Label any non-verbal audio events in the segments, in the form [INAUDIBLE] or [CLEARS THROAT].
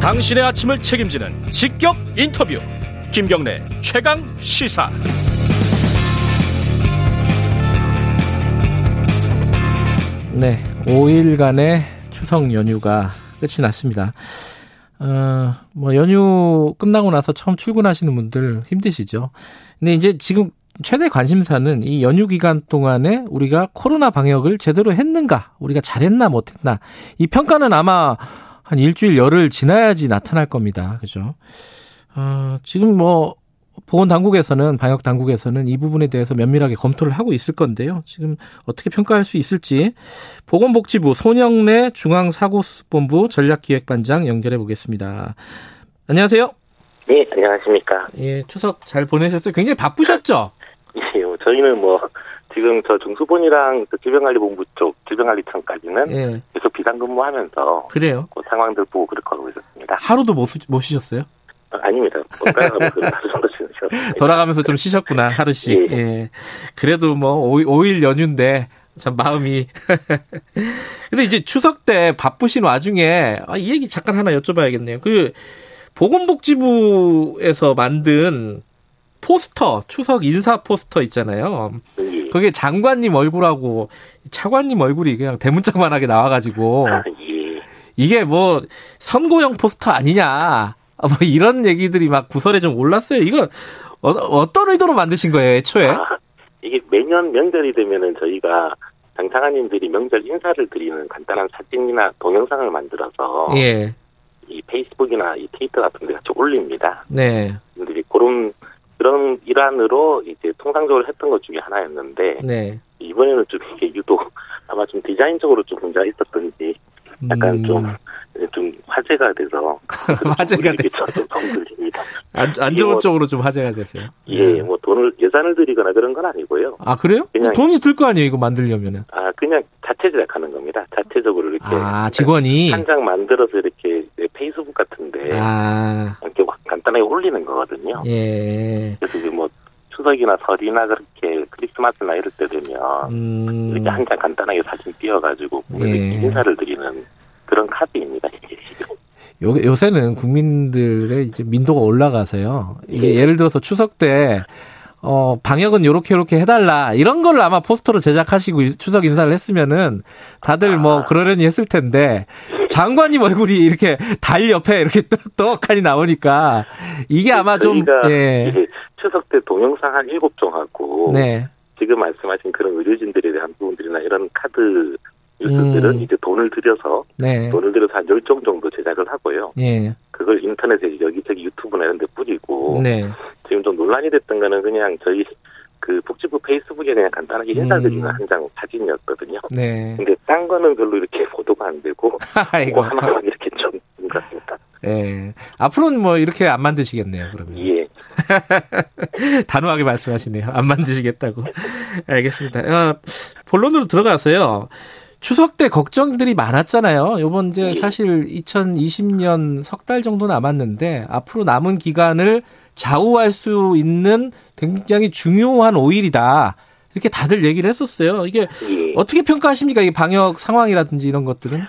당신의 아침을 책임지는 직격 인터뷰 김경래 최강 시사 네, 5일간의 추석 연휴가 끝이 났습니다. 어, 뭐 연휴 끝나고 나서 처음 출근하시는 분들 힘드시죠. 근데 이제 지금 최대 관심사는 이 연휴 기간 동안에 우리가 코로나 방역을 제대로 했는가, 우리가 잘했나 못했나 이 평가는 아마 한 일주일 열흘 지나야지 나타날 겁니다. 그죠? 어, 지금 뭐 보건 당국에서는 방역 당국에서는 이 부분에 대해서 면밀하게 검토를 하고 있을 건데요. 지금 어떻게 평가할 수 있을지 보건복지부 손영래 중앙사고수습본부 전략기획반장 연결해 보겠습니다. 안녕하세요. 예, 안녕하십니까. 예, 추석 잘 보내셨어요? 굉장히 바쁘셨죠? 예, 저희는 뭐 지금 저 중수본이랑 그 질병관리본부 쪽 질병관리청까지는 예, 계속 비상근무하면서 그래요. 그 상황들 보고 그렇게 하고 있었습니다. 하루도 못, 쉬- 못 쉬셨어요? 아, 아닙니다. [LAUGHS] 뭔가하고 그 다른 것 돌아가면서 좀 쉬셨구나, 하루씩. 예. 예. 그래도 뭐, 5일 연휴인데, 참 마음이. [LAUGHS] 근데 이제 추석 때 바쁘신 와중에, 아, 이 얘기 잠깐 하나 여쭤봐야겠네요. 그, 보건복지부에서 만든 포스터, 추석 인사 포스터 있잖아요. 예. 그게 장관님 얼굴하고 차관님 얼굴이 그냥 대문짝만하게 나와가지고, 아, 예. 이게 뭐, 선고형 포스터 아니냐. 아, 뭐, 이런 얘기들이 막 구설에 좀 올랐어요. 이거, 어, 떤 의도로 만드신 거예요, 애초에? 아, 이게 매년 명절이 되면은 저희가 당사관님들이 명절 인사를 드리는 간단한 사진이나 동영상을 만들어서 예, 이 페이스북이나 이 트위터 같은 데 같이 올립니다. 네, 분들이 그런 그런 일환으로 이제 통상적으로 했던 것 중에 하나였는데 네. 이번에는 좀 이게 유독 아마 좀 디자인적으로 좀 문제가 있었던지 약간 음, 좀, 좀 화제가 돼서 [LAUGHS] 화제가 됐, 저도 동들립니다. 안, 안 이게 좋은 뭐- 쪽으로 좀 화제가 됐어요. 예, 뭐 돈을 예산을 들이거나 그런 건 아니고요. 아, 그래요? 그냥- 돈이 들 거 아니에요, 이거 만들려면은. 아 그냥 자체 제작하는 겁니다. 자체적으로 이렇게 아, 직원이. 예. 한 장 만들어서 이렇게 이제 페이스북 같은데 아, 이렇게 막 간단하게 올리는 거거든요. 예. 그래서 이제 뭐 추석이나 설이나 그렇게 크리스마스나 이럴 때 되면 음, 이렇게 한 장 간단하게 사진 띄워가지고 국민들 예. 인사를 드리는 그런 카드입니다. [LAUGHS] 이게 지금. 요, 요새는 국민들의 이제 민도가 올라가서요. 이게 예. 예를 들어서 추석 때, 어, 방역은 요렇게 요렇게 해달라. 이런 거를 아마 포스터로 제작하시고 이- 추석 인사를 했으면은 다들 뭐 아. 그러려니 했을 텐데 장관님 얼굴이 이렇게 달 옆에 이렇게 떡떡하니 나오니까 이게 아마 좀, 저희가 예. 그러니까 이제 추석 때 동영상 한 일곱 종 하고 네. 지금 말씀하신 그런 의료진들에 대한 부분들이나 이런 카드 뉴스들은 음. 이제 돈을 들여서 네. 돈을 들여서 한 열 종 정도 제작을 하고요. 예. 그걸 인터넷에 여기저기 유튜브나 이런 데 뿌리고 네. 지금 좀 논란이 됐던 거는 그냥 저희 그 복지부 페이스북에 그냥 간단하게 인사드리는 음. 한 장 사진이었거든요. 네. 근데 딴 거는 별로 이렇게 보도가 안 되고 아이고. 그거 하나만 이렇게 좀 있는 것 같습니다. [LAUGHS] 예. 앞으로는 뭐 이렇게 안 만드시겠네요, 그러면. 예. 단호하게 말씀하시네요. 안 만드시겠다고. 알겠습니다. 어, 본론으로 들어가서요. 추석 때 걱정들이 많았잖아요. 요번 이제 예. 사실 2020년 석 달 정도 남았는데 앞으로 남은 기간을 좌우할 수 있는 굉장히 중요한 5일이다. 이렇게 다들 얘기를 했었어요. 이게 예. 어떻게 평가하십니까? 이 방역 상황이라든지 이런 것들은?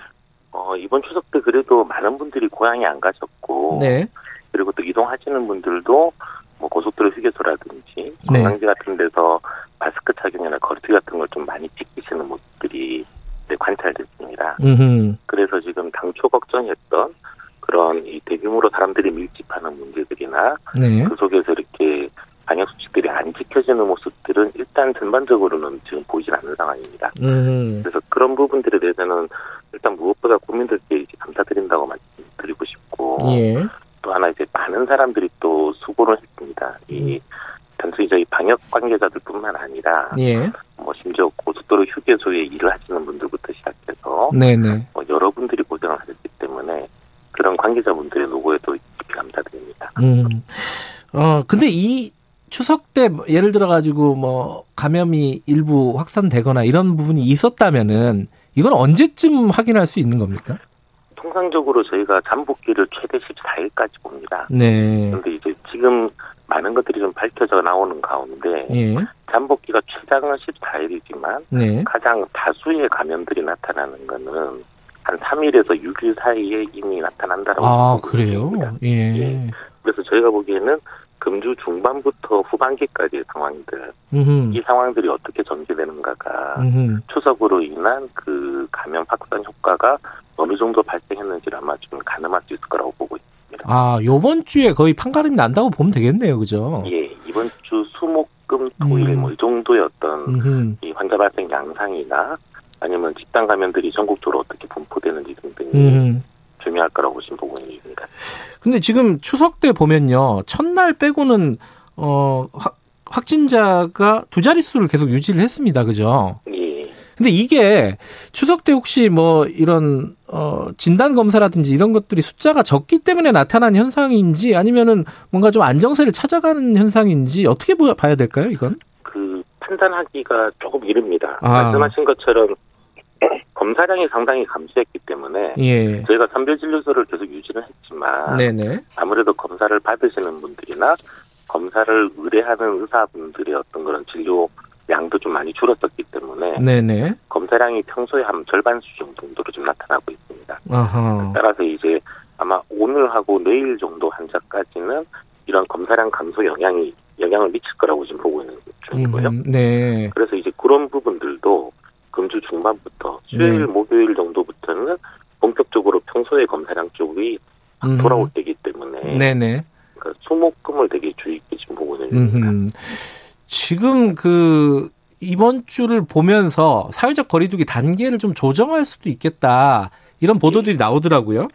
어, 이번 추석 때 그래도 많은 분들이 고향에 안 가셨고 네. 그리고 또 이동하시는 분들도 뭐 고속도로 휴게소라든지 네. 관광지 같은 데서 마스크 착용이나 거리두기 같은 걸 좀 많이 지키시는 모습들이 이제 관찰됐습니다. 음. 그래서 지금 당초 걱정했던 그런 이 대규모로 사람들이 밀집하는 문제들이나 네. 그 속에서 이렇게 방역 수칙들이 안 지켜지는 모습들은 일단 전반적으로는 지금 보이진 않는 상황입니다. 음. 그래서 그런 부분들에 대해서는 일단 무엇보다 국민들께 이제 감사드린다고 말씀드리고 싶고 예. 또 하나 이제 많은 사람들이 또 수고를 했습니다. 음. 이 단순히 저희 방역 관계자들뿐만 아니라 예. 뭐 심지어 고속도로 휴게소에 일을 하시는 분들부터 시작해서 네, 네. 뭐 여러분들이 고생을 하셨기 때문에 그런 관계자분들의 노고에도 깊이 감사드립니다. 음. 어, 근데 이 추석 때 예를 들어 가지고 뭐 감염이 일부 확산되거나 이런 부분이 있었다면은 이건 언제쯤 확인할 수 있는 겁니까? 통상적으로 저희가 잠복기를 최대 14일까지 봅니다. 네. 그런데 이제 지금 많은 것들이 좀 밝혀져 나오는 가운데 예. 잠복기가 최장은 14일이지만 네. 가장 다수의 감염들이 나타나는 거는 한 3일에서 6일 사이에 이미 나타난다라고. 아, 보고 그래요? 있습니다. 예. 예. 그래서 저희가 보기에는 금주 중반부터 후반기까지의 상황들, 음. 이 상황들이 어떻게 전개되는가가 음. 추석으로 인한 그 감염 확산 효과가 어느 정도 발생했는지를 아마 좀 가늠할 수 있을 거라고 보고 있습니다. 아, 요번 주에 거의 판가름이 난다고 보면 되겠네요. 그죠? 예, 이번 주 수목금 토일 어. 음. 뭐 이 정도의 어떤 음. 이 환자 발생 양상이나 아니면 집단 감염들이 전국적으로 어떻게 분포되는지 등등이 음. 중요할 거라고 보시면 부분입니다. 근데 지금 추석 때 보면요. 첫날 빼고는 어, 확, 확진자가 두 자릿수를 계속 유지를 했습니다. 그죠? 예, 근데 이게 추석 때 혹시 뭐 이런 어 진단 검사라든지 이런 것들이 숫자가 적기 때문에 나타난 현상인지 아니면은 뭔가 좀 안정세를 찾아가는 현상인지 어떻게 보- 봐야 될까요, 이건? 그 판단하기가 조금 이릅니다. 아. 말씀하신 것처럼 [CLEARS THROAT] 검사량이 상당히 감소했기 때문에 예. 저희가 선별진료소를 계속 유지는 했지만 네, 네. 아무래도 검사를 받으시는 분들이나 검사를 의뢰하는 의사분들의 어떤 그런 진료 양도 좀 많이 줄었었기 때문에 네, 네. 검사량이 평소에 한 절반 수준 정도로 좀 나타나고 있습니다. 아하. 따라서 이제 아마 오늘하고 내일 정도 환자까지는 이런 검사량 감소 영향이 영향을 미칠 거라고 지금 보고 있는 중이고요. 음, 네. 그래서 이제 그런 부분들도 금주 중반부터 수요일 네. 목요일 정도부터는 본격적으로 평소의 검사량 쪽이 음. 돌아올 때이기 때문에 네, 네. 그 소모금을 되게 주의 깊게 지금 보고 있는 중입니다. 음. 지금 그 이번 주를 보면서 사회적 거리두기 단계를 좀 조정할 수도 있겠다. 이런 예. 보도들이 나오더라고요.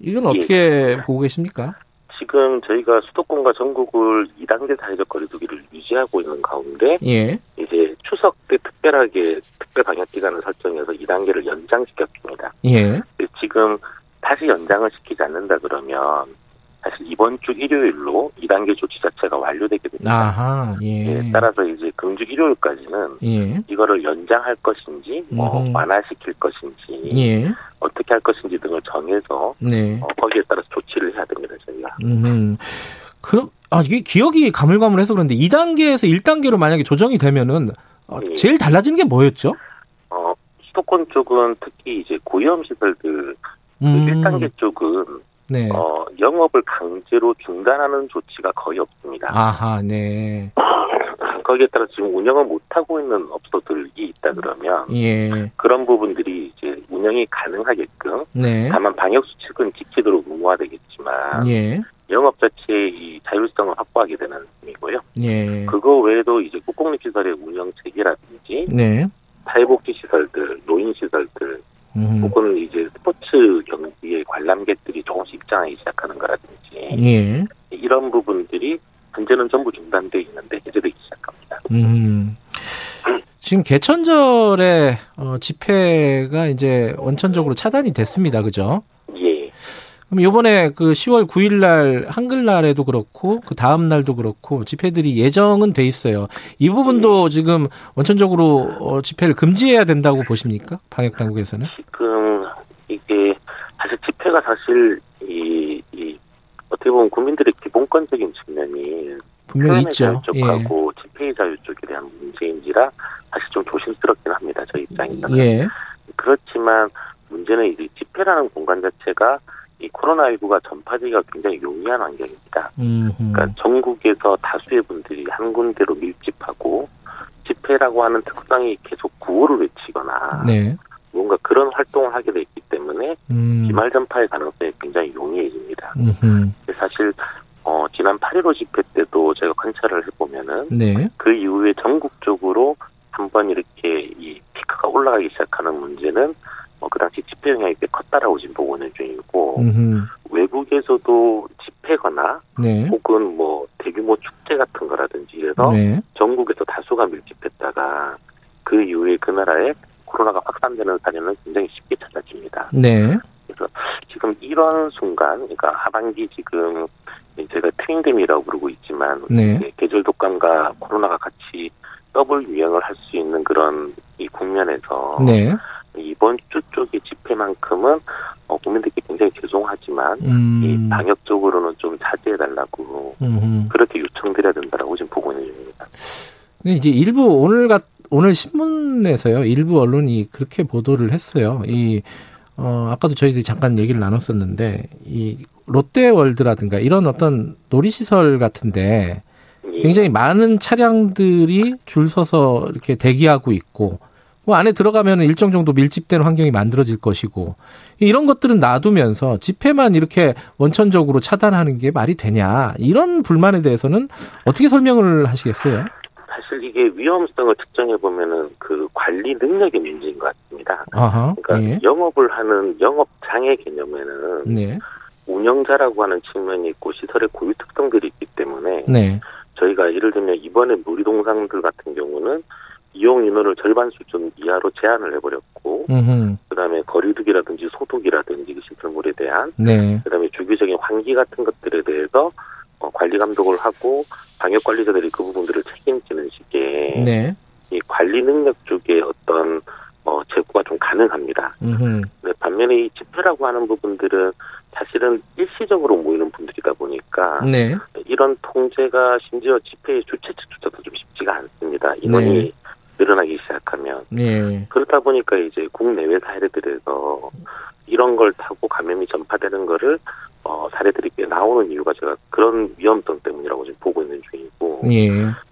이건 어떻게 보고 계십니까? 지금 저희가 수도권과 전국을 2단계 사회적 거리두기를 유지하고 있는 가운데 예. 이제 추석 때 특별하게 특별 방역 기간을 설정해서 2단계를 연장시켰습니다. 예. 근데 지금 다시 연장을 시키지 않는다 그러면 사실 이번 주 일요일로 2단계 조치 자체가 완료되게 됩니다. 아하, 예. 예, 따라서 이제 금주 일요일까지는 예. 이거를 연장할 것인지 뭐 음. 완화시킬 것인지 예. 어떻게 할 것인지 등을 정해서 네. 어, 거기에 따라서 조치를 해야 됩니다. 저희가 음. 그럼, 아, 이게 기억이 가물가물해서 그런데 2단계에서 1단계로 만약에 조정이 되면은, 어, 예. 제일 달라지는 게 뭐였죠? 어, 수도권 쪽은 특히 이제 고위험 시설들 그 음. 1단계 쪽은 네. 어, 영업을 강제로 중단하는 조치가 거의 없습니다. 아하, 네. 거기에 따라 지금 운영을 못하고 있는 업소들이 있다 그러면 예. 그런 부분들이 이제 운영이 가능하게끔 네. 다만 방역수칙은 지키도록 의무화되겠지만 예. 영업 자체의 이 자율성을 확보하게 되는 점이고요. 예. 그거 외에도 이제 국공립시설의 운영 체계라든지 네. 사회복지시설들, 노인시설들 음. 혹은 이제 스포츠 경기의 관람객들이 조금씩 입장하기 시작하는 거라든지 예. 이런 부분들이 현재는 전부 중단돼 있는데 해제되기 시작합니다. 음. 지금 개천절에 어, 집회가 이제 원천적으로 차단이 됐습니다. 그죠? 예, 그럼 요번에 그 10월 9일 날 한글날에도 그렇고 그 다음 날도 그렇고 집회들이 예정은 돼 있어요. 이 부분도 네. 지금 원천적으로 어, 집회를 금지해야 된다고 보십니까? 방역 당국에서는? 지금 이게 사실 집회가 사실 이, 이 어떻게 보면 국민들의 기본권적인 측면이 분명히 네, 있죠. 예. 자유쪽하고 집회의 자유 쪽에 대한 문제인지라 사실 좀 조심스럽긴 합니다. 저희 입장에서는. 예. 예. 그렇지만 문제는 이제 집회라는 공간 자체가 이 코로나19가 전파되기가 굉장히 용이한 환경입니다. 음. 음. 그러니까 전국에서 다수의 분들이 한 군데로 밀집하고 집회라고 하는 특성이 계속 구호를 외치거나 네. 뭔가 그런 활동을 하게 돼 있기 때문에 음. 기말 전파의 가능성이 굉장히 용이해집니다. 음, 음. 근데 사실 어, 지난 8.15 집회 때도 제가 관찰을 해보면은 네. 그 이후에 전국적으로 한번 이렇게 이 피크가 올라가기 시작하는 문제는 어, 그 당시 집회 영향이 꽤 컸다라고 지금 보고 있는 중이고 음. 음. 외국에서도 집회거나 네. 혹은 뭐 대규모 축제 같은 거라든지 이래서 네. 전국에서 다수가 밀집했다가 그 이후에 그 나라에 코로나가 확산되는 사례는 굉장히 쉽게 찾아집니다. 네. 그래서 지금 이런 순간, 그러니까 하반기 지금 제가 그 트윈데미라고 부르고 있지만 네. 이제 계절 독감과 코로나가 같이 더블 유행을 할 수 있는 그런 이 국면에서 네. 이번 주 쪽의 집회만큼은 어, 국민들께 굉장히 죄송하지만 이 음. 방역 쪽으로는 좀 자제해달라고 음, 음. 그렇게 요청드려야 된다라고 지금 보고 있는 중입니다. 근데 이제 일부 오늘 같 오늘 신문에서요 일부 언론이 그렇게 보도를 했어요. 이 어, 아까도 저희들이 잠깐 얘기를 나눴었는데, 이 롯데월드라든가 이런 어떤 놀이시설 같은데 예. 굉장히 많은 차량들이 줄 서서 이렇게 대기하고 있고, 뭐 안에 들어가면 일정 정도 밀집된 환경이 만들어질 것이고, 이런 것들은 놔두면서 집회만 이렇게 원천적으로 차단하는 게 말이 되냐, 이런 불만에 대해서는 어떻게 설명을 하시겠어요? 사실 이게 위험성을 특정해 보면은 그 관리 능력의 문제인 것 같습니다. 아하. 그러니까 예. 영업을 하는 영업장의 개념에는 네. 운영자라고 하는 측면이 있고 시설의 고유 특성들이 있기 때문에 네. 저희가 예를 들면 이번에 놀이동산들 같은 경우는 이용 인원을 절반 수준 이하로 제한을 해버렸고 음. 그다음에 거리두기라든지 소독이라든지 그 시설물에 대한 네. 그다음에 주기적인 환기 같은 것들에 대해서 어, 관리 감독을 하고 방역 관리자들이 그 부분들을 책임지는 식의 네. 이 관리 능력 쪽에 어떤 어, 제고가 좀 가능합니다. 음. 근데 반면에 이 집회라고 하는 부분들은 사실은 일시적으로 모이는 분들이다 보니까 네. 이런 통제가 심지어 집회의 주최 측조차도 좀 쉽지가 않습니다. 인원이 네. 늘어나기 시작하면 네. 그렇다 보니까 이제 국내외 사례들에서 이런 걸 타고 감염이 전파되는 거를 어, 사례들이 꽤 나오는 이유가 제가 그런 위험성 때문이라고 지금 보고 있는 중이고 예.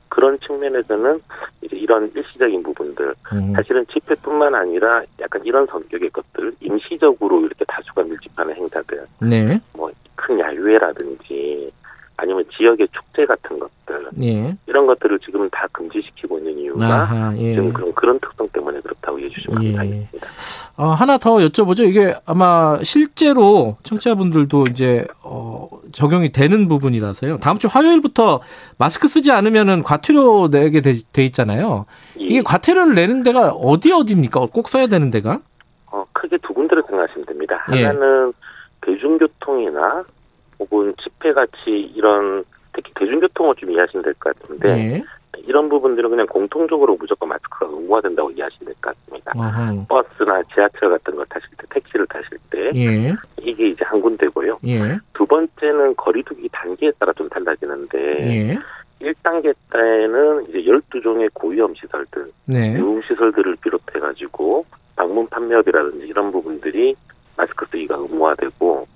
그런 측면에서는 이제 이런 일시적인 부분들 음. 사실은 집회뿐만 아니라 약간 이런 성격의 것들 임시적으로 이렇게 다수가 밀집하는 행사들 네. 뭐 큰 야유회라든지 아니면 지역의 축제 같은 것들 예. 이런 것들을 지금 다 금지시키고 있는 이유가 아하. 예. 지금 그런 그런 특성 때문에 그렇다고 이해해 주시면 예. 감사하겠습니다. 어, 하나 더 여쭤보죠. 이게 아마 실제로 청취자분들도 이제 어, 적용이 되는 부분이라서요. 다음 주 화요일부터 마스크 쓰지 않으면은 과태료 내게 돼, 돼 있잖아요. 이, 이게 과태료를 내는 데가 어디 어디입니까? 꼭 써야 되는 데가? 어, 크게 두 군데로 생각하시면 됩니다. 예. 하나는 대중교통이나 혹은 집회 같이 이런 특히 대중교통을 좀 이해하시면 될 것 같은데 예. 이런 부분들은 그냥 공통적으로 무조건 마스크가 의무화된다고 이해하시면 될 것 같습니다. 어허. 버스나 지하철 같은 거 타실 때, 택시를 타실 때 예. 이게 이제 한 군데고요. 예. 두 번째는 거리두기 단계에 따라 좀 달라지는데 예. 1단계 때는 이제 12종의 고위험 시설들, 네. 유흥시설들을 비롯해가지고 방문 판매업이라든지 이런 부분들이 마스크 쓰기가 의무화되고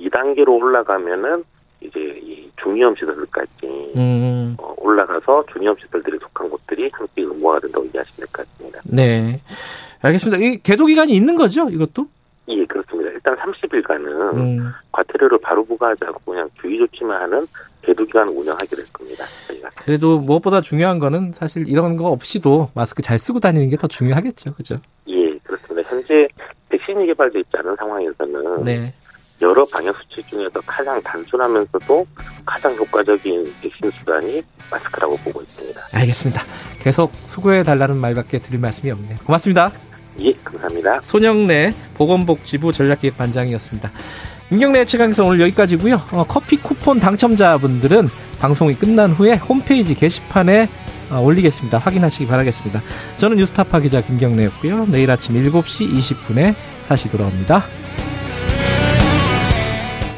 2단계로 올라가면은 이제 이 중위험 시설들까지 음. 어, 올라가서 중위험 시설들이 속한 곳들이 함께 의무화가 된다고 이해하시면 될 것 같습니다. 네. 알겠습니다. 이 계도 기간이 있는 거죠? 이것도? 예, 그렇습니다. 일단 30일간은 음. 과태료를 바로 부과하지 않고 그냥 주의 조치만 하는 개도기간을 운영하게 될 겁니다. 저희가. 그래도 무엇보다 중요한 거는 사실 이런 거 없이도 마스크 잘 쓰고 다니는 게 더 중요하겠죠. 그죠? 예, 그렇습니다. 현재 백신이 개발돼 있지 않은 상황에서는 네. 여러 방역 수칙 중에서 가장 단순하면서도 가장 효과적인 백신 수단이 마스크라고 보고 있습니다. 알겠습니다. 계속 수고해 달라는 말밖에 드릴 말씀이 없네요. 고맙습니다. 예, 감사합니다. 손영래 보건복지부 전략기획반장이었습니다. 윤경래 최강에서 오늘 여기까지고요. 어, 커피 쿠폰 당첨자분들은 방송이 끝난 후에 홈페이지 게시판에 어, 올리겠습니다. 확인하시기 바라겠습니다. 저는 뉴스타파 기자 김경래였고요. 내일 아침 7시 20분에 다시 돌아옵니다.